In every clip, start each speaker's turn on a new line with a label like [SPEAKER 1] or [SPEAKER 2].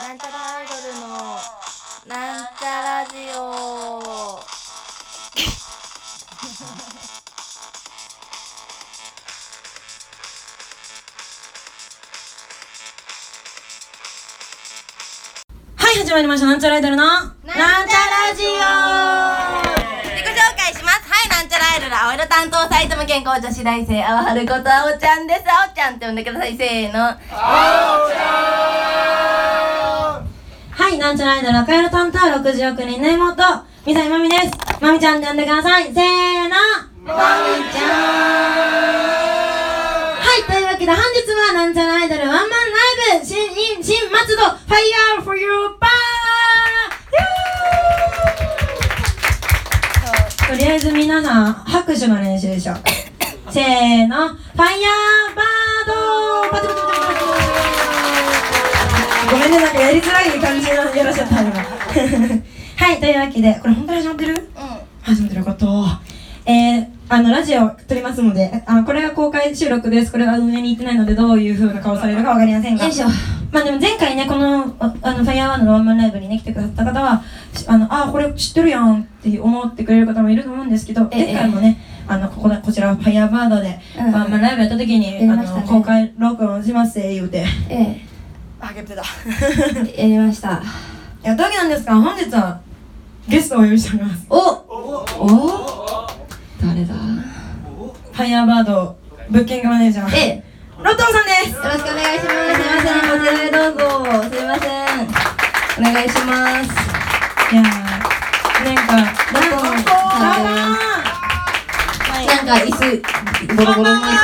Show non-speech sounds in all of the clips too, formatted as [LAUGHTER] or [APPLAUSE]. [SPEAKER 1] なんちゃらアイドルのなんちゃラジオ
[SPEAKER 2] はい、始まりました。なんちゃらアイドルの、なんちゃラジオ
[SPEAKER 1] 自己紹介しますはいなんちゃらアイドル青色担当埼玉県高女子大生青春ことあおちゃんですあおちゃんって呼んでくださいせーの
[SPEAKER 2] はい、なんちゃらアイドル赤色担当60億人の妹、みさいまみです。まみちゃんって呼んでください。せーのまみちゃんはい、というわけで本日はなんちゃらアイドルワンマンライブ、新、in、新松戸、ファイヤーフォーユーパーとりあえず皆さん、拍手の練習でしょ。せーの、ファイヤーバードパチパチパチパチパチごめんね、なんかやりづらい感じのやらせたのが。 [LAUGHS] はい、というわけで、これ本当に始まってる
[SPEAKER 1] う
[SPEAKER 2] 始まってること。えー、あの、ラジオ撮りますので、あの、これが公開収録です。これは運営に行ってないので、どういう風な顔されるかわかりませんが。
[SPEAKER 1] よいしょ
[SPEAKER 2] まあでも前回ね、この、ああの、ファイアーワンのワンマンライブにね、来てくださった方は、しあの、あー、これ知ってるやんって思ってくれる方もいると思うんですけど、
[SPEAKER 1] ええ
[SPEAKER 2] 前回もね、あの、ここだ、こちら、ファイアーバードで、
[SPEAKER 1] うん
[SPEAKER 2] ワンマンライブやった時に、
[SPEAKER 1] やり
[SPEAKER 2] あ
[SPEAKER 1] ましたね
[SPEAKER 2] の、公開録音しますって言
[SPEAKER 1] [LAUGHS]
[SPEAKER 2] うて、
[SPEAKER 1] んえ
[SPEAKER 2] あげてた。
[SPEAKER 1] えやりました
[SPEAKER 2] やったわけなんですが、本日は、ゲストをお呼びしております。
[SPEAKER 1] おお誰だ
[SPEAKER 2] ファイアーバード、ブッキングマネージャー、
[SPEAKER 1] え
[SPEAKER 2] ロットンさんです
[SPEAKER 1] よろしくお願いしますすいませんこちらへどうぞすいませんお願いします
[SPEAKER 2] いやー、なんか、ロットンさんだな
[SPEAKER 1] なんか椅子ボロボロの椅子です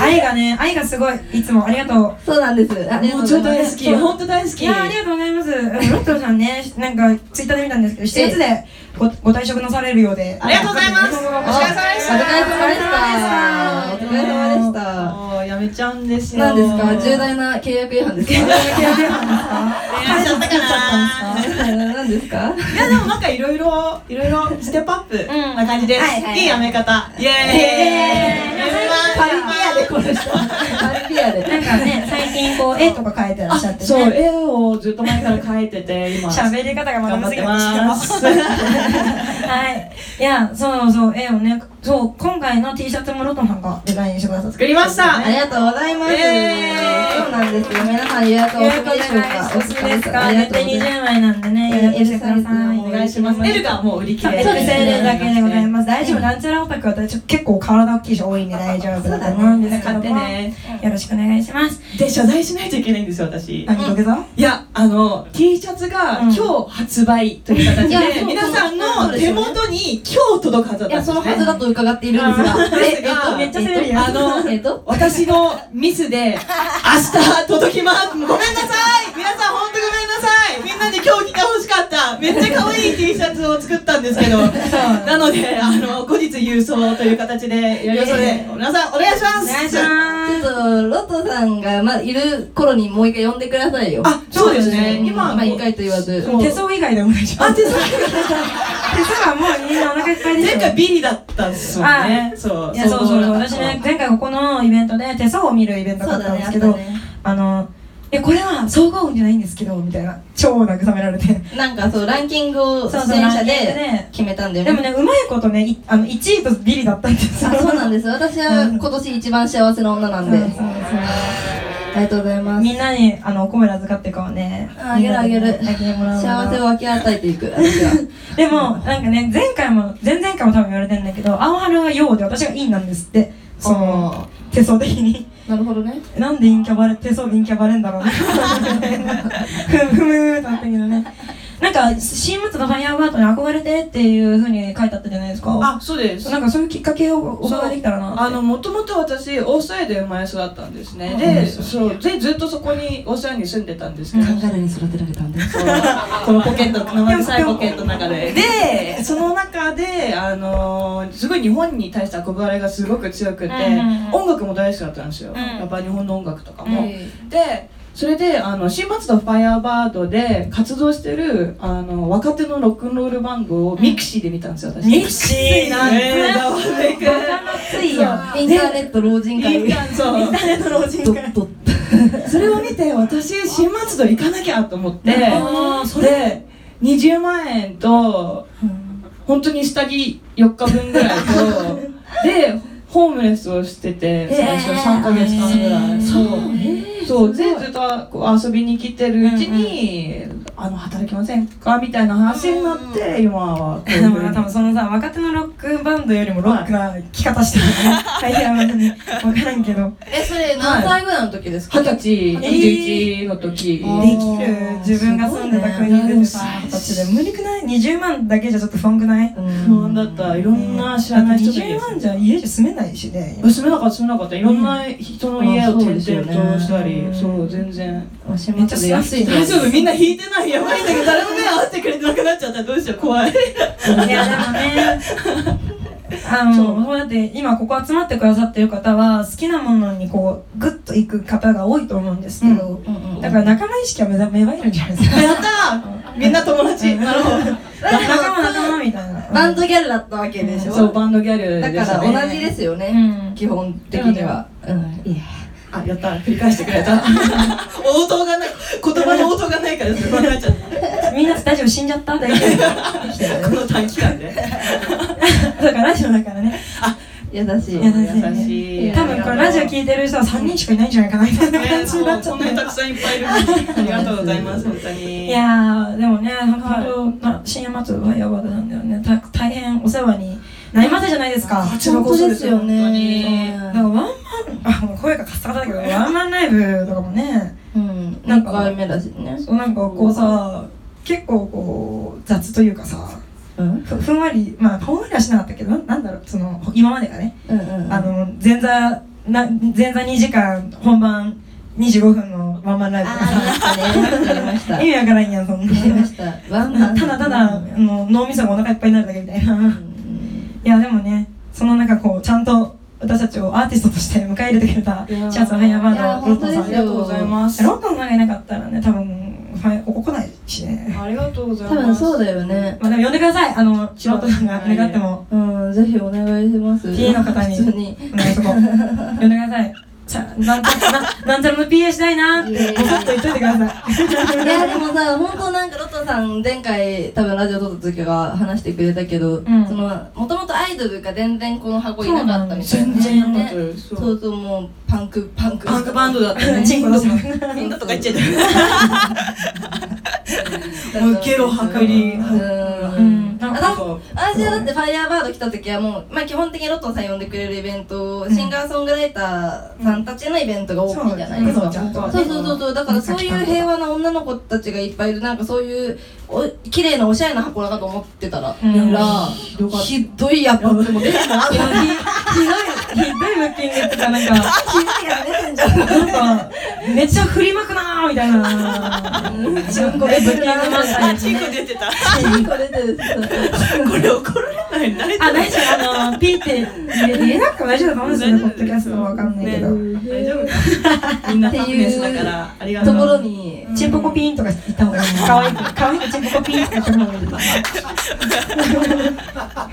[SPEAKER 2] 愛がね、愛がすごい、いつもありがとう。
[SPEAKER 1] そうなんです。ありがとうございます。
[SPEAKER 3] そう本当大好き。
[SPEAKER 2] いやーありがとうございます。ロットさんね、なんかツイッターで見たんですけど、7月でごご退職なされるようで。
[SPEAKER 3] ありがとうございます
[SPEAKER 2] お疲れ様
[SPEAKER 1] お疲れ様で
[SPEAKER 3] 様で
[SPEAKER 1] し
[SPEAKER 3] したた。
[SPEAKER 1] お疲れ様でした。
[SPEAKER 3] もうやめちゃうんですよ。
[SPEAKER 1] 何ですか重大な契約違反ですか
[SPEAKER 3] やめちゃったかな。
[SPEAKER 1] 何ですか
[SPEAKER 3] いやでもなんかいろいろいろいろステップアップな感じです。
[SPEAKER 2] はいはい
[SPEAKER 3] いいやめ方。イエーイ。
[SPEAKER 1] パルピアでこの人。パルピア
[SPEAKER 2] なん
[SPEAKER 1] で。
[SPEAKER 2] かね、最近こう、絵とか描いてらっしゃってね。
[SPEAKER 3] そう絵をずっと前から描いてて今
[SPEAKER 2] 喋り方がまだ難
[SPEAKER 3] 頑張っ
[SPEAKER 2] しい
[SPEAKER 3] て
[SPEAKER 2] かもしれ
[SPEAKER 3] ま
[SPEAKER 2] ま
[SPEAKER 3] す。
[SPEAKER 2] はい。いや、そうそう、絵をね、そう、今回の T シャツもロットさんがデザインしてくださって。
[SPEAKER 3] 作りました。
[SPEAKER 1] ありがとうございます。そうなんですよ。皆さん予約お
[SPEAKER 2] 予
[SPEAKER 1] 済
[SPEAKER 2] 約お願
[SPEAKER 1] み
[SPEAKER 2] い
[SPEAKER 1] でし
[SPEAKER 2] し
[SPEAKER 1] ょう
[SPEAKER 2] ま
[SPEAKER 1] か
[SPEAKER 2] す。お好きですか
[SPEAKER 1] ありが
[SPEAKER 2] 絶
[SPEAKER 1] とう
[SPEAKER 2] 対
[SPEAKER 1] ござい
[SPEAKER 2] 20
[SPEAKER 1] ます。
[SPEAKER 2] 枚なんでね、
[SPEAKER 1] えー
[SPEAKER 2] 予約してください。
[SPEAKER 1] L サイズの
[SPEAKER 3] お願いします。L がもう売り切れ。
[SPEAKER 2] そうです、
[SPEAKER 1] ね
[SPEAKER 2] L だけでございます。大丈夫、なんちゃらオタクは私結構体大きい人多いんで大丈夫だと思うんですけど
[SPEAKER 3] 買
[SPEAKER 2] も
[SPEAKER 3] っ
[SPEAKER 2] [LAUGHS]
[SPEAKER 3] てね。
[SPEAKER 2] よろしくお願いします。
[SPEAKER 3] で謝罪しないといけないんですよ私。
[SPEAKER 2] 何土下座
[SPEAKER 3] いや、あの、T シャツが
[SPEAKER 2] うん
[SPEAKER 3] 今日発売という形
[SPEAKER 1] い
[SPEAKER 3] で、
[SPEAKER 1] やそう
[SPEAKER 3] 皆さんの手元に今日届くはずだ
[SPEAKER 1] い
[SPEAKER 3] ったん
[SPEAKER 1] や、
[SPEAKER 3] です、
[SPEAKER 1] そ
[SPEAKER 3] ね。
[SPEAKER 1] のはずだと伺っているんですが。え、えっと、
[SPEAKER 2] めっちゃ攻めるやん
[SPEAKER 1] あの、えっと、
[SPEAKER 3] 私のミスで、明日届きます。ごめんなさい皆さん本当ごめんなさいみんなで今日着てほしかっためっちゃ可愛い T シャツを作ったんですけど、なので、あの、後日郵送という形でやりますので、皆さんお願いします
[SPEAKER 2] お願いしま
[SPEAKER 1] ちょっ
[SPEAKER 2] す。
[SPEAKER 1] と、ロトさんが、まあ、いる頃にもう一回呼んでくださいよ。
[SPEAKER 3] あ、そうですね。今、
[SPEAKER 1] まあ、一回と言わず。
[SPEAKER 3] そう
[SPEAKER 2] 手相以外でお願いしま
[SPEAKER 3] あ、
[SPEAKER 2] す。
[SPEAKER 3] 手先
[SPEAKER 2] 手相はもうみんなお腹いっぱいでし
[SPEAKER 3] 前
[SPEAKER 2] ょ。
[SPEAKER 3] 回ビリだったんですもんね。そう。
[SPEAKER 2] いや、そうそうそう。私
[SPEAKER 3] だった
[SPEAKER 2] ね、前回ここのイベントで手相を見るイベントだったんですけ
[SPEAKER 1] そう
[SPEAKER 2] ど
[SPEAKER 1] だねあったね、
[SPEAKER 2] あの、え、これは総合運じゃないんですけど、みたいな。超慰められて。
[SPEAKER 1] なんかそう、ランキングを
[SPEAKER 2] そ
[SPEAKER 1] 出
[SPEAKER 2] う
[SPEAKER 1] 演
[SPEAKER 2] そう
[SPEAKER 1] 者
[SPEAKER 2] ランキング
[SPEAKER 1] で
[SPEAKER 2] で
[SPEAKER 1] 決めたんだよ
[SPEAKER 2] でも
[SPEAKER 1] ね。
[SPEAKER 2] ね、うまいことね、いあの、1位とビリだったんですよ。
[SPEAKER 1] あ、そうなんです。私は今年一番幸せな女なんで。
[SPEAKER 2] そうそうそう
[SPEAKER 1] ありがとうございます。
[SPEAKER 2] みんなに、あの、お米預かってからね。
[SPEAKER 1] あげるあげる。
[SPEAKER 2] みんなでねあげてもらうから
[SPEAKER 1] 幸せを分け与えていく、私は。
[SPEAKER 2] でも、なんかね、前回も、前々回も多分言われてんだけど、青春は陽で私が陰なんですって。その、手相的に。
[SPEAKER 1] なるほどね。
[SPEAKER 2] なんで陰キャバレ、手相で陰キャバレんだろうね。ふむふむだったけどね。なんか、新松のファイアーバートに憧れてっていうふうに書いてあったじゃないですか。
[SPEAKER 3] あ、そうです。
[SPEAKER 2] なんかそういうきっかけをお
[SPEAKER 3] そう
[SPEAKER 2] 伺いできたらなって。
[SPEAKER 3] あの、もともと私、オーストラリアで生まれ育ったんですね。で、そう、で、ずっとそこに、オーストラリアに住んでたんですけど、
[SPEAKER 1] えるに育てられたんで。
[SPEAKER 3] このポケット、生臭いポケットの中で。で、その中で、あのーすごい日本に対して憧れがすごく強くて、
[SPEAKER 2] うんうんうん
[SPEAKER 3] 音楽も大好きだったんですよ。
[SPEAKER 2] うん
[SPEAKER 3] やっぱ日本の音楽とか
[SPEAKER 2] う
[SPEAKER 3] も。
[SPEAKER 1] ん
[SPEAKER 3] で、それであの新松戸ファイアーバードで活動してるあの若手のロックンロールバンドをミクシーで見たんですよ私
[SPEAKER 2] ミクシー
[SPEAKER 3] なんだわめく
[SPEAKER 2] ついや
[SPEAKER 1] インターネット老人会。
[SPEAKER 3] そうそれを見て私新松戸行かなきゃと思って
[SPEAKER 2] あーそれ
[SPEAKER 3] で20万円と本当に下着4日分ぐらいとでホームレスをしてて最初
[SPEAKER 1] へー
[SPEAKER 3] 3ヶ月間ぐら
[SPEAKER 2] へー
[SPEAKER 3] いそうそうでずっとこう遊びに来てるうちにあの働きませんかみたいな話になって今はこうい
[SPEAKER 2] で
[SPEAKER 3] う
[SPEAKER 2] も
[SPEAKER 3] ふうに
[SPEAKER 2] 多分そのさ若手のロックバンドよりもロックな着方してるね大変なのに分からんけど
[SPEAKER 1] え、それ何歳ぐらいの時ですか
[SPEAKER 3] 二十歳21の時
[SPEAKER 1] あー
[SPEAKER 2] できる自分が住んでた国でもさ二十歳で無理くない20万だけじゃちょっと不安くない
[SPEAKER 3] 不安だったいろんな知らない人と
[SPEAKER 2] 20万じゃ家じゃ住めないしね
[SPEAKER 3] 住めなかった住めなかったいろんな人の家を転々としたり、そう全然
[SPEAKER 1] おし
[SPEAKER 2] めっちゃ住みやすいね
[SPEAKER 3] 大丈夫みんな引いてないやばいんだけど誰も目合わせてくれてなくなっちゃったどうしよう怖い
[SPEAKER 2] いやでもねあの
[SPEAKER 3] そう
[SPEAKER 2] そうやって今ここ集まってくださってる方は好きなものにこうグッといく方が多いと思うんですけど、だから仲間意識は目ざ芽生えるんじゃないです
[SPEAKER 3] [LAUGHS]
[SPEAKER 2] か
[SPEAKER 3] やったーみんな友達なるほど
[SPEAKER 2] 仲間仲間みたいな
[SPEAKER 1] バンドギャルだったわけでしょ
[SPEAKER 3] そうバンドギャル
[SPEAKER 1] だ
[SPEAKER 3] でした
[SPEAKER 1] か
[SPEAKER 3] ね
[SPEAKER 1] ら同じですよ
[SPEAKER 2] う
[SPEAKER 1] ね。
[SPEAKER 2] ん
[SPEAKER 1] 基本的には。うん。いや。
[SPEAKER 3] あやった繰り返してくれた応答がない言葉の応答がないから [LAUGHS] ですよこうなっちゃった
[SPEAKER 2] みんな大丈夫死んじゃった大丈夫
[SPEAKER 3] [LAUGHS] この短期間で
[SPEAKER 2] だからラジオだからね
[SPEAKER 1] 優しい。
[SPEAKER 2] 優しい
[SPEAKER 3] 優しい
[SPEAKER 2] 多分これラジオ聞いてる人は3人しかいないんじゃないかなみたいな
[SPEAKER 3] ね
[SPEAKER 2] 感じになっち
[SPEAKER 3] [LAUGHS] そ
[SPEAKER 2] ゃっ
[SPEAKER 3] うこんなにたく
[SPEAKER 2] て
[SPEAKER 3] さんいっぱいいるのにありがとうございます本当に
[SPEAKER 2] いやーでもね本当、な深夜松はやばだなんだよねた大変お世話になりましたじゃないですか
[SPEAKER 3] こちらこそですよ
[SPEAKER 1] 本当ですよね
[SPEAKER 2] なんかワンマン、あ、もう声がカッサカサだけど、ワンマンライブとかもね、
[SPEAKER 1] うん。
[SPEAKER 2] な
[SPEAKER 1] なんん
[SPEAKER 2] か
[SPEAKER 1] か回目だしね。
[SPEAKER 2] そうなんかこうさ、結構こう、雑というかさ、
[SPEAKER 1] うん。
[SPEAKER 2] ふふんわり、まあ、ふんわりはしなかったけど、なんだろう、その、今までがね、
[SPEAKER 1] うんうんうん。
[SPEAKER 2] あの、前座、な前座2時間、本番25分のワンマンライブとかさ、
[SPEAKER 1] あー、ありまし
[SPEAKER 2] [LAUGHS]
[SPEAKER 1] た
[SPEAKER 2] 意
[SPEAKER 1] ね。
[SPEAKER 2] 味わからんやん、そん
[SPEAKER 1] ありま
[SPEAKER 2] な。
[SPEAKER 1] した。ありました。ワンマン。
[SPEAKER 2] ただただ、あ
[SPEAKER 1] うん
[SPEAKER 2] の脳みそがお腹いっぱいになるだけみたいな。いやでもねその中こうちゃんと私たちをアーティストとして迎え入れてくれたシ
[SPEAKER 1] いやー
[SPEAKER 2] ャツハイヤーバ
[SPEAKER 1] いや
[SPEAKER 2] ー
[SPEAKER 1] ー
[SPEAKER 2] ドロットさ
[SPEAKER 1] 本当ですよ
[SPEAKER 2] ん
[SPEAKER 3] ます
[SPEAKER 2] ロットンさんがいなかったらね多分ファイここ来ないしね
[SPEAKER 3] ありがとうござ
[SPEAKER 1] 多分そうだよね。
[SPEAKER 2] まあでも呼んでくださいあのロットさんが願っても
[SPEAKER 1] うん、ぜひお願いします。
[SPEAKER 2] PA の方に
[SPEAKER 1] 普通に。
[SPEAKER 2] お願いします呼んでくださいさなんちゃらななんちゃらの PA したいな
[SPEAKER 1] イエーイ
[SPEAKER 2] ぼそっと言っといてくださ
[SPEAKER 1] いやでもさ本当なんかロトさん前回多分ラジオ撮った時は話してくれたけど、
[SPEAKER 2] ん
[SPEAKER 1] そのもともとアイドルが全然この箱いなかったみたいな、
[SPEAKER 3] 全然いなかった
[SPEAKER 1] ね
[SPEAKER 3] ですそう
[SPEAKER 1] そうそうもうパンクパンク
[SPEAKER 3] パンクバンドだった [LAUGHS]
[SPEAKER 2] い
[SPEAKER 3] ね
[SPEAKER 2] チンコ出すの
[SPEAKER 3] みんなとか言っちゃったもうゲロ
[SPEAKER 1] は
[SPEAKER 3] 吐
[SPEAKER 1] か
[SPEAKER 3] くり
[SPEAKER 2] う
[SPEAKER 1] うん
[SPEAKER 2] ん
[SPEAKER 1] あ
[SPEAKER 2] なん
[SPEAKER 1] だ
[SPEAKER 2] か
[SPEAKER 3] そう
[SPEAKER 1] 私はだってファイヤーバード来た時はもう、まあ、基本的にロットンさん呼んでくれるイベント、
[SPEAKER 2] ん
[SPEAKER 1] シンガーソングライターさんたちのイベントが多いじゃないですか、
[SPEAKER 2] そうそうそう
[SPEAKER 1] そうそうそうそうだからそういう平和な女の子たちがいっぱいいるなんかそういうお綺麗なおしゃれな箱だなと思ってたら、
[SPEAKER 2] うん
[SPEAKER 1] ら
[SPEAKER 3] ひどかった
[SPEAKER 1] ひどいやっぱでも出てたなって思って
[SPEAKER 2] ひどいブッキングっていうかなんかなんかめっちゃ振りまくなーみたいな
[SPEAKER 1] チンコ出てるな
[SPEAKER 2] ブッキングマスターに
[SPEAKER 3] チンコ出てた
[SPEAKER 1] チンコ出てる
[SPEAKER 3] これ怒られない
[SPEAKER 2] あ、大丈夫、あの、ピーって入れ入れなくても大丈夫だと思うんですよね、ポッドキャストはわかんないけど。
[SPEAKER 3] 大丈夫かみんなハピネスだからありがと
[SPEAKER 1] と
[SPEAKER 3] う
[SPEAKER 1] ころに
[SPEAKER 2] チンポコピーンとか言った方がいいね。かわいく、かわいくチンポコピーンとか言った方がい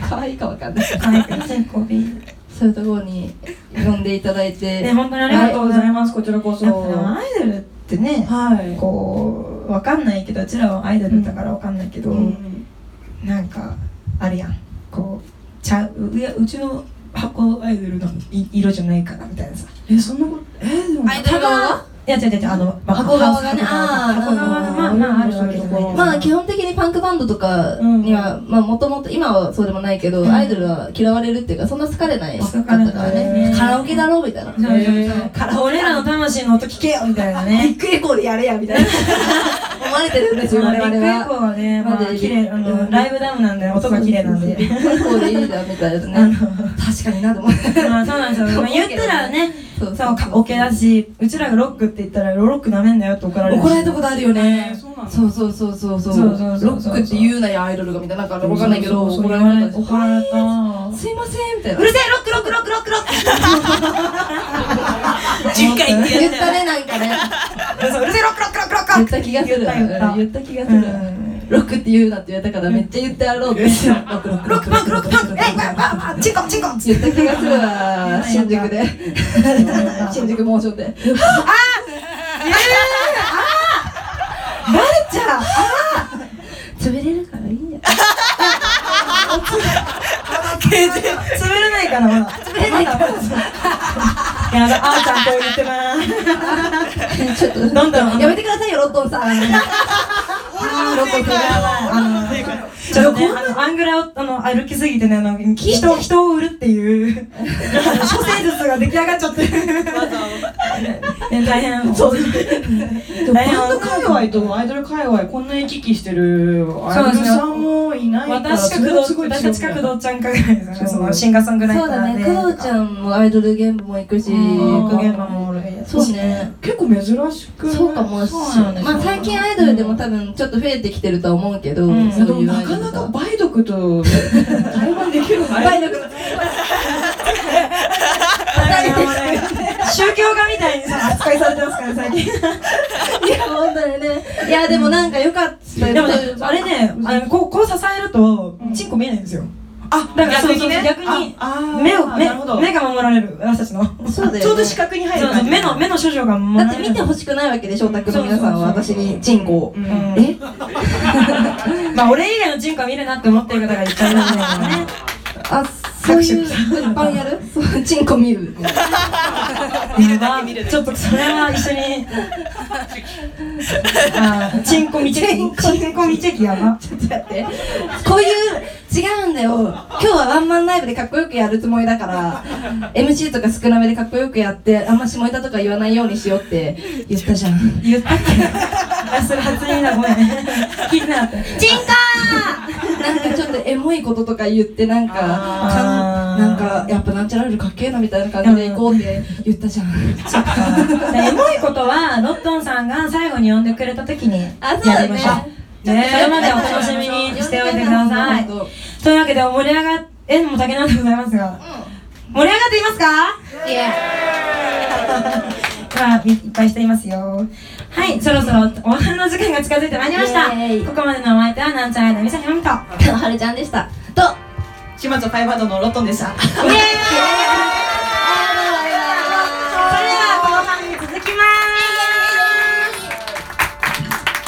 [SPEAKER 2] い。
[SPEAKER 1] 可愛いかわかんない
[SPEAKER 2] かわいくチンポコピーン。ね、
[SPEAKER 1] そういうところに呼んでいただいて、
[SPEAKER 2] 本当にありがとうございます。
[SPEAKER 3] ますこちらこ
[SPEAKER 2] やっぱでもアイドルってね、
[SPEAKER 3] はい
[SPEAKER 2] こう、わかんないけど、うちらはアイドルだからわかんないけど、
[SPEAKER 3] うん
[SPEAKER 2] なんか、あるやん。こう、ちゃう、いや、うちの箱アイドルのい色じゃないからみたいなさ。
[SPEAKER 3] えそんなことえでも
[SPEAKER 1] アイドル側はい
[SPEAKER 2] や、違う違う違う、あの、
[SPEAKER 1] 箱側がねあー
[SPEAKER 2] 箱側が、まあまあ、あるわけじゃないですか
[SPEAKER 1] まあ基本的にパンクバンドとかには、まあもともと今はそうでもないけど、
[SPEAKER 2] うん
[SPEAKER 1] アイドルは嫌われるっていうかそんな好かれないかったから
[SPEAKER 2] 好かれな
[SPEAKER 1] ね
[SPEAKER 2] い
[SPEAKER 1] カラオケだろうみたいな
[SPEAKER 2] そうそうそう
[SPEAKER 3] えー
[SPEAKER 2] カラオケ俺らの魂の音聞けよみたいなね。
[SPEAKER 1] クエコーでやれやみたいな思われてるんですよ
[SPEAKER 2] まあ
[SPEAKER 1] 我
[SPEAKER 2] ビッ
[SPEAKER 1] 々
[SPEAKER 2] グエコ
[SPEAKER 1] は
[SPEAKER 2] ーはね、まあ
[SPEAKER 1] まだいい
[SPEAKER 2] 綺麗、あ
[SPEAKER 1] う
[SPEAKER 2] の、
[SPEAKER 1] ん
[SPEAKER 2] ライブダウンなんで、音が綺麗なんで。
[SPEAKER 1] ビッグエコーでいいじゃんみたい
[SPEAKER 2] あ
[SPEAKER 1] な
[SPEAKER 2] の
[SPEAKER 1] ね、確かになと思って
[SPEAKER 2] まあそうなんです [LAUGHS] よ。まあ言ったらね、
[SPEAKER 1] そう
[SPEAKER 2] そう、カラオケだし、うちらがロックって言ったら、ロックなめんなよって怒られるし。
[SPEAKER 1] 怒られたことあるよね
[SPEAKER 3] えーそうなの
[SPEAKER 1] そうそうそうそうそう
[SPEAKER 2] そうそうそう
[SPEAKER 1] ロックって言うなやアイドルがみたいななんかわかんないけど
[SPEAKER 2] そうそう
[SPEAKER 1] 怒
[SPEAKER 2] そう
[SPEAKER 1] られた
[SPEAKER 2] 怒られた。
[SPEAKER 1] たすいませんみたいな
[SPEAKER 2] うるせえ、ロック、ロック、ロック、ロック、ロック。
[SPEAKER 3] 10回言って
[SPEAKER 1] 言
[SPEAKER 3] や
[SPEAKER 1] っ
[SPEAKER 3] ったた
[SPEAKER 1] ねなんかね
[SPEAKER 2] そううるせえ、
[SPEAKER 1] 言った気がする
[SPEAKER 2] 言った言った
[SPEAKER 1] うん言った気がするロックって言うなって言われたからめっちゃ言ってやろうってロックロックロックロックロックロックロックえいわわわチンコチンコって言った気がするわ新宿で新宿モーションで
[SPEAKER 2] じゃあ
[SPEAKER 1] 潰れるからいいんじゃない
[SPEAKER 2] 全然潰れないかなまだ潰れないかなやばあーちゃんこう言ってま
[SPEAKER 1] ちょっと
[SPEAKER 2] すどんどん
[SPEAKER 1] やめてくださいよロッコンさん
[SPEAKER 2] ロコとあのちょっとねあのアングラをあの歩きすぎてねあの人を人を売るっていうあの処世術が出来上がっちゃってね大変そう
[SPEAKER 3] バンド界隈とアイドル界隈こんな行き来してるアイドルさんもいないから
[SPEAKER 2] 私か
[SPEAKER 3] それはす
[SPEAKER 2] 工
[SPEAKER 3] ご
[SPEAKER 2] 藤
[SPEAKER 3] い
[SPEAKER 2] 私たちか
[SPEAKER 3] 強み
[SPEAKER 2] 工
[SPEAKER 3] だ
[SPEAKER 2] 藤ちゃんかぐらいですよねそのシンガーソングライタ
[SPEAKER 1] [LAUGHS] そうだ
[SPEAKER 2] ー
[SPEAKER 1] ね
[SPEAKER 2] で
[SPEAKER 1] 工藤ちゃんもアイドル現場も行くし
[SPEAKER 3] うん
[SPEAKER 2] 工藤現場もおる
[SPEAKER 1] そうね
[SPEAKER 3] 結構珍しくない
[SPEAKER 1] そうかもし
[SPEAKER 3] そう
[SPEAKER 1] れ
[SPEAKER 3] なん
[SPEAKER 1] ないま
[SPEAKER 3] ですよ
[SPEAKER 1] あ最近アイドルでも多分ちょっと増えてきてるとは思うけど
[SPEAKER 2] ん
[SPEAKER 1] そう
[SPEAKER 3] でも
[SPEAKER 1] いうア
[SPEAKER 3] な
[SPEAKER 1] イド
[SPEAKER 3] か
[SPEAKER 1] ル
[SPEAKER 3] なか
[SPEAKER 1] が
[SPEAKER 3] 梅毒と対話できる
[SPEAKER 1] 梅
[SPEAKER 3] 梅
[SPEAKER 1] 毒
[SPEAKER 2] [LAUGHS]
[SPEAKER 1] [LAUGHS]
[SPEAKER 2] 宗教家みたいにさ扱いされてますから最近
[SPEAKER 1] いや本当にねいやでもなんか良かったよ
[SPEAKER 2] でもね、あれね、あのこうこう支えると、チンコ見えないんですよ。
[SPEAKER 3] あ
[SPEAKER 2] だからそうそう逆
[SPEAKER 3] 逆
[SPEAKER 2] に
[SPEAKER 3] にああ
[SPEAKER 2] 目を目
[SPEAKER 3] なるほど
[SPEAKER 2] 目が守られる私たちの。そう
[SPEAKER 1] そうだよ、ね、
[SPEAKER 3] ちょうど視覚に入る
[SPEAKER 2] そう
[SPEAKER 3] 感じ
[SPEAKER 2] 目の目の処女が守
[SPEAKER 1] だ
[SPEAKER 2] ら
[SPEAKER 1] っ
[SPEAKER 2] れ
[SPEAKER 1] て
[SPEAKER 2] る。
[SPEAKER 1] 見てほしくないわけでしょオタクの皆さんは
[SPEAKER 2] そう
[SPEAKER 1] 私
[SPEAKER 2] そうそう
[SPEAKER 1] にチンコを、
[SPEAKER 3] うん
[SPEAKER 1] え
[SPEAKER 2] うんまあ俺以外のチンコは見るなって思ってる方がいっぱいいるんだよね。
[SPEAKER 1] あそういう物販やるそうチンコ見る
[SPEAKER 2] [LAUGHS] 見るだけ見る。ちょっとそれは一緒に。あーチンコ見チェキ。チンコ見チェキやば。
[SPEAKER 1] だってこういう違うんだよ今日はワンマンライブでかっこよくやるつもりだから MC とか少なめでかっこよくやってあんま下ネタとか言わないようにしようって言ったじゃん
[SPEAKER 2] 言ったっけ？あそれ初耳だごめん。聞いてなかった。
[SPEAKER 1] チンコーなんかちょっとエモいこととか言ってなんかか
[SPEAKER 2] あー
[SPEAKER 1] んなんかやっぱなんちゃらルかっけえなみたいな感じで行こうって言ったじゃん
[SPEAKER 2] でエモいことはロットンさんが最後に呼んでくれた時にや
[SPEAKER 1] あそうだね
[SPEAKER 2] りましょう。ね、それまでお楽しみにしておいてください。
[SPEAKER 1] [LAUGHS] 本
[SPEAKER 2] というわけで盛り上がっえもう竹なんでございますが、盛り上がっていますか？
[SPEAKER 1] 当いや
[SPEAKER 2] まあ、いいっぱいしていますよ。はい、そろそろお別れの時間が近づいてまいりました。
[SPEAKER 1] イエーイ
[SPEAKER 2] ここまでのお相手はなんちゃんアイドルみさひろみと。
[SPEAKER 1] はるちゃんでしたと
[SPEAKER 3] 島津ファイバードのロットンでした
[SPEAKER 2] イエーイそれでは後半に続きま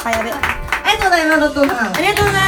[SPEAKER 2] ーす。
[SPEAKER 1] ありがとうございますドットンさん
[SPEAKER 2] ありがとうござい